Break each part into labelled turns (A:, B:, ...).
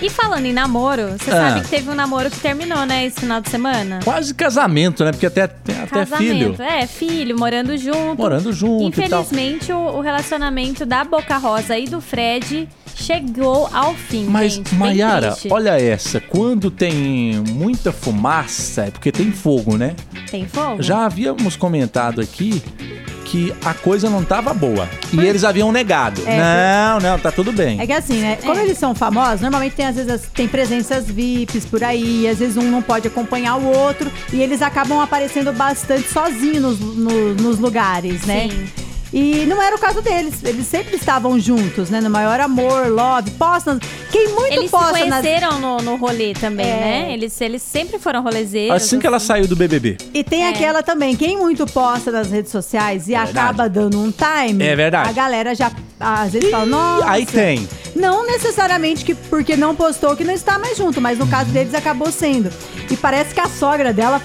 A: E falando em namoro, você
B: Ah.
A: sabe que teve um namoro que terminou, né, esse final de semana?
B: Quase casamento, né? Porque até, até até filho.
A: É, filho, morando junto.
B: Morando junto e tal.
A: Infelizmente, o, o relacionamento da Boca Rosa e do Fred chegou ao fim.
B: Mas,
A: gente. Bem
B: Maiara,
A: triste.
B: olha essa. Quando tem muita fumaça, é porque tem fogo, né?
A: Tem
C: Uhum.
A: fogo?
B: Já havíamos comentado aqui que a coisa não tava boa. E eles haviam negado.
C: É,
B: não, não, tá tudo bem.
C: É que assim, né? Como eles são famosos, normalmente tem às vezes as- tem presenças VIPs por aí, às vezes um não pode acompanhar o outro e eles acabam aparecendo bastante sozinhos nos, no- nos lugares, né?
A: Sim.
C: E não era o caso deles, eles sempre estavam juntos, né? No maior amor, love, posta. Quem muito
A: Eles se
C: posta nas-
A: conheceram no, no rolê também,
C: É.
A: né? Eles, eles sempre foram rolezeiros.
B: assim que ela saiu do BBB.
C: E
A: é.
C: tem aquela também, quem muito posta nas redes sociais e
B: É verdade.
C: acaba dando um time.
B: É verdade.
C: A galera já às vezes fala, nossa.
B: Aí tem.
C: Não necessariamente que porque não postou que não está mais junto, mas no caso deles acabou sendo. E parece que a sogra dela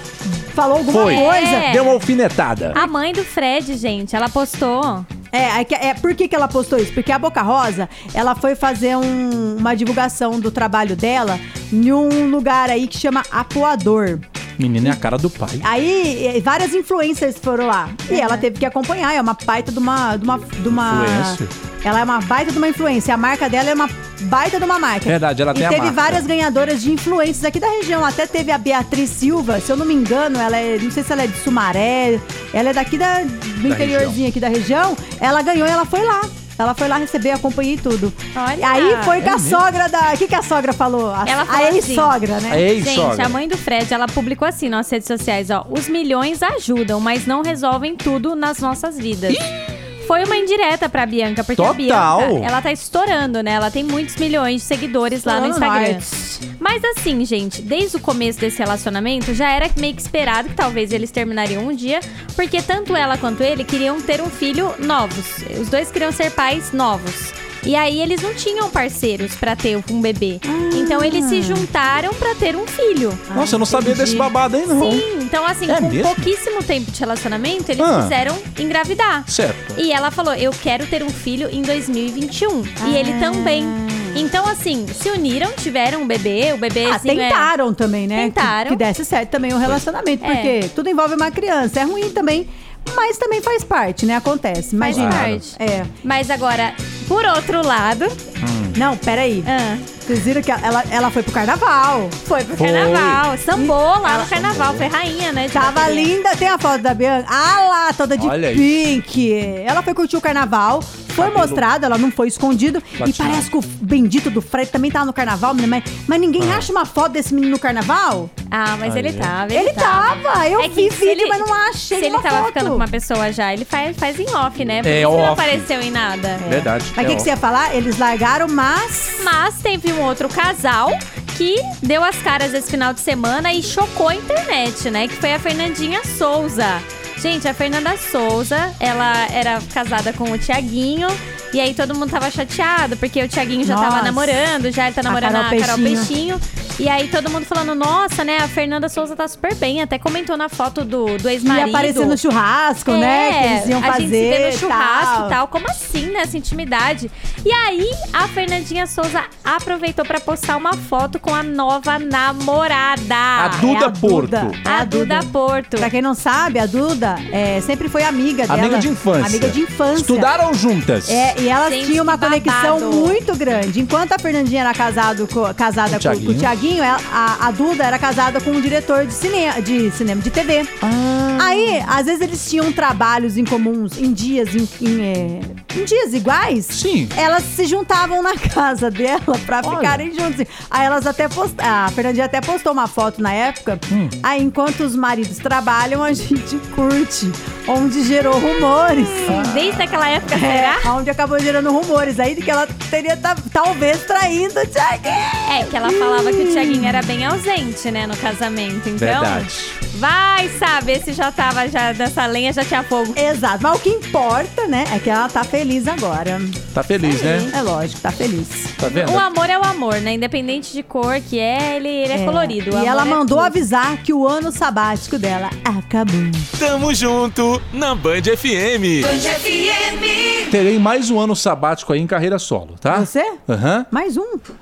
C: falou alguma
B: Foi.
C: coisa. Ah.
A: É.
B: Deu uma alfinetada.
A: A mãe do Fred, gente, ela postou.
C: É, é, que- é, por que, que ela postou isso? Porque a Boca Rosa, ela foi fazer um- uma divulgação do trabalho dela em um lugar aí que chama Apoador.
B: Menina é a cara do pai.
C: Aí eh, várias influencers foram lá. E ela teve que acompanhar. É uma baita de uma. De uma, de uma
B: Influencer?
C: Ela é uma baita de uma influência. A marca dela é uma baita de uma marca.
B: Verdade, ela
C: e
B: tem a
C: teve
B: marca.
C: várias ganhadoras de influências aqui da região. Até teve a Beatriz Silva, se eu não me engano, ela é. Não sei se ela é de Sumaré. Ela é daqui da,
B: Da
C: do interiorzinho aqui da região. Ela ganhou e ela foi lá. Ela foi lá receber, acompanhei tudo.
A: Olha.
C: E aí foi
B: É
C: com a
B: mesmo?
C: sogra da. O que, que a sogra falou? A,
A: Ela
C: a
A: falou assim.
C: ex-sogra, né?
B: Ei,
A: gente,
B: sogra.
A: a mãe do Fred, ela publicou assim nas redes sociais, ó. Os milhões ajudam, mas não resolvem tudo nas nossas vidas. Foi uma indireta pra Bianca, porque a
B: Total.
A: Bianca, ela tá estourando, né? Ela tem muitos milhões de seguidores lá no
C: Falando
A: Instagram.
C: nós.
A: Mas assim, gente, desde o começo desse relacionamento, já era meio que esperado que talvez eles terminariam um dia, porque tanto ela quanto ele queriam ter um filho novos. Os dois queriam ser pais novos. E aí eles não tinham parceiros pra ter um bebê.
B: Ah.
A: Então eles se juntaram pra ter um filho.
B: Nossa, eu não sabia
C: Ah, entendi.
B: desse babado aí, não.
A: Sim, então assim,
B: Ah, tá É
A: com
B: mesmo?
A: pouquíssimo tempo de relacionamento, eles
B: Ah.
A: quiseram engravidar.
B: Certo.
A: E ela falou: Eu quero ter um filho em 2021. E ele também. Então, assim, se uniram, tiveram um bebê, o bebezinho. é
C: Ah, tentaram também, né?
A: Tentaram.
C: Que, que desse certo também o relacionamento,
A: É.
C: porque tudo envolve uma criança. É ruim também, mas também faz parte, né? Acontece.
A: Faz
C: Imagina.
A: parte.
C: É.
A: Mas agora, por outro lado,
B: Hum.
C: Não, peraí.
A: ah,
C: Vocês viram que ela, ela foi pro carnaval.
A: foi pro
B: Foi.
A: carnaval. Sambou lá no carnaval, foi rainha, né? de
C: Tava
A: bateria.
C: linda, tem a foto da Bianca. Ah lá, toda de
B: Olha
C: pink. Ela foi curtir o carnaval, foi
B: Cabelo.
C: mostrada, ela não foi escondido. E
B: Platinado.
C: parece que o bendito do Fred também tava no carnaval, menina, mas, mas ninguém
B: Ah.
C: acha uma foto desse menino no carnaval?
A: Ah, mas ele
B: Olha.
A: tava.
C: Ele tava, eu
A: É que
C: vi
A: se
C: vídeo,
A: ele-
C: mas não achei
A: Se ele
C: uma
A: tava
C: foto.
A: ficando com uma pessoa já, ele faz, faz em off, né? Por
B: É
A: isso que
B: off.
A: não apareceu em nada.
B: Verdade.
C: Mas o
B: é
C: que, que você ia falar? Eles largaram, mas.
A: Mas teve um outro casal que deu as caras esse final de semana e chocou a internet, né? Que foi a Fernandinha Souza. Gente, a Fernanda Souza, ela era casada com o Tiaguinho. E aí todo mundo tava chateado, porque o Tiaguinho já tava
C: Nossa.
A: namorando, já ele tá namorando a
C: Carol
A: Carol,
C: Peixinho.
A: Peixinho. E aí todo mundo falando, nossa, né? A Fernanda Souza tá super bem. Até comentou na foto do, do
C: Ia
A: ex-marido.
C: aparecer no churrasco, né? Que eles iam
A: É, a
C: fazer.
A: gente se vê no
C: e
A: churrasco
C: tal.
A: e tal. Como assim, né? Essa intimidade. E aí, a Fernandinha Souza aproveitou pra postar uma foto com a nova namorada. É A,
B: A Duda
C: Ah, é a Duda.
B: Porto.
C: a
A: Duda
C: Duda.
A: Porto.
C: Pra quem não sabe, a Duda é, sempre foi amiga dela.
B: Amiga de infância.
C: Amiga de infância.
B: Estudaram juntas.
C: É, e elas
A: Gente,
C: tinham uma
A: que babado.
C: conexão muito grande. Enquanto a Fernandinha era casado co- casada
B: Com o
C: com, com o
B: Thiaguinho.
C: Tiaguinho, a, a Duda era casada com um diretor de cinema, de cinema, de TV.
B: Ah,
C: Aí, às vezes eles tinham trabalhos em comuns, em dias, em, em, é, em dias iguais.
B: Sim.
C: Elas se juntavam na casa dela pra
B: Olha.
C: ficarem juntos. Aí elas até postaram. A Fernandinha até postou uma foto na época.
B: Hum.
C: Aí, enquanto os maridos trabalham, a gente curte. Onde gerou rumores.
A: Desde aquela
C: É.
A: época, será?
C: Onde acabou gerando rumores aí de que ela teria ta- talvez traído o Thiaguinho.
A: É, que ela falava que o Tiaguinho era bem ausente, né? No casamento. Então,
B: Verdade.
A: vai saber se já tava já dessa lenha, já tinha fogo.
C: Exato. Mas o que importa, né, é que ela tá feliz agora.
B: Tá feliz, né?
C: É lógico, tá feliz.
B: Tá vendo?
A: O amor é o amor, né? Independente de cor que é, ele, ele é, colorido. O
C: E
A: amor
C: ela
A: é
C: mandou
A: tudo.
C: avisar que o ano sabático dela acabou.
D: Tamo junto na Band FM.
B: Terei mais um ano sabático aí em carreira solo, tá?
C: Você?
B: Aham.
C: Mais um.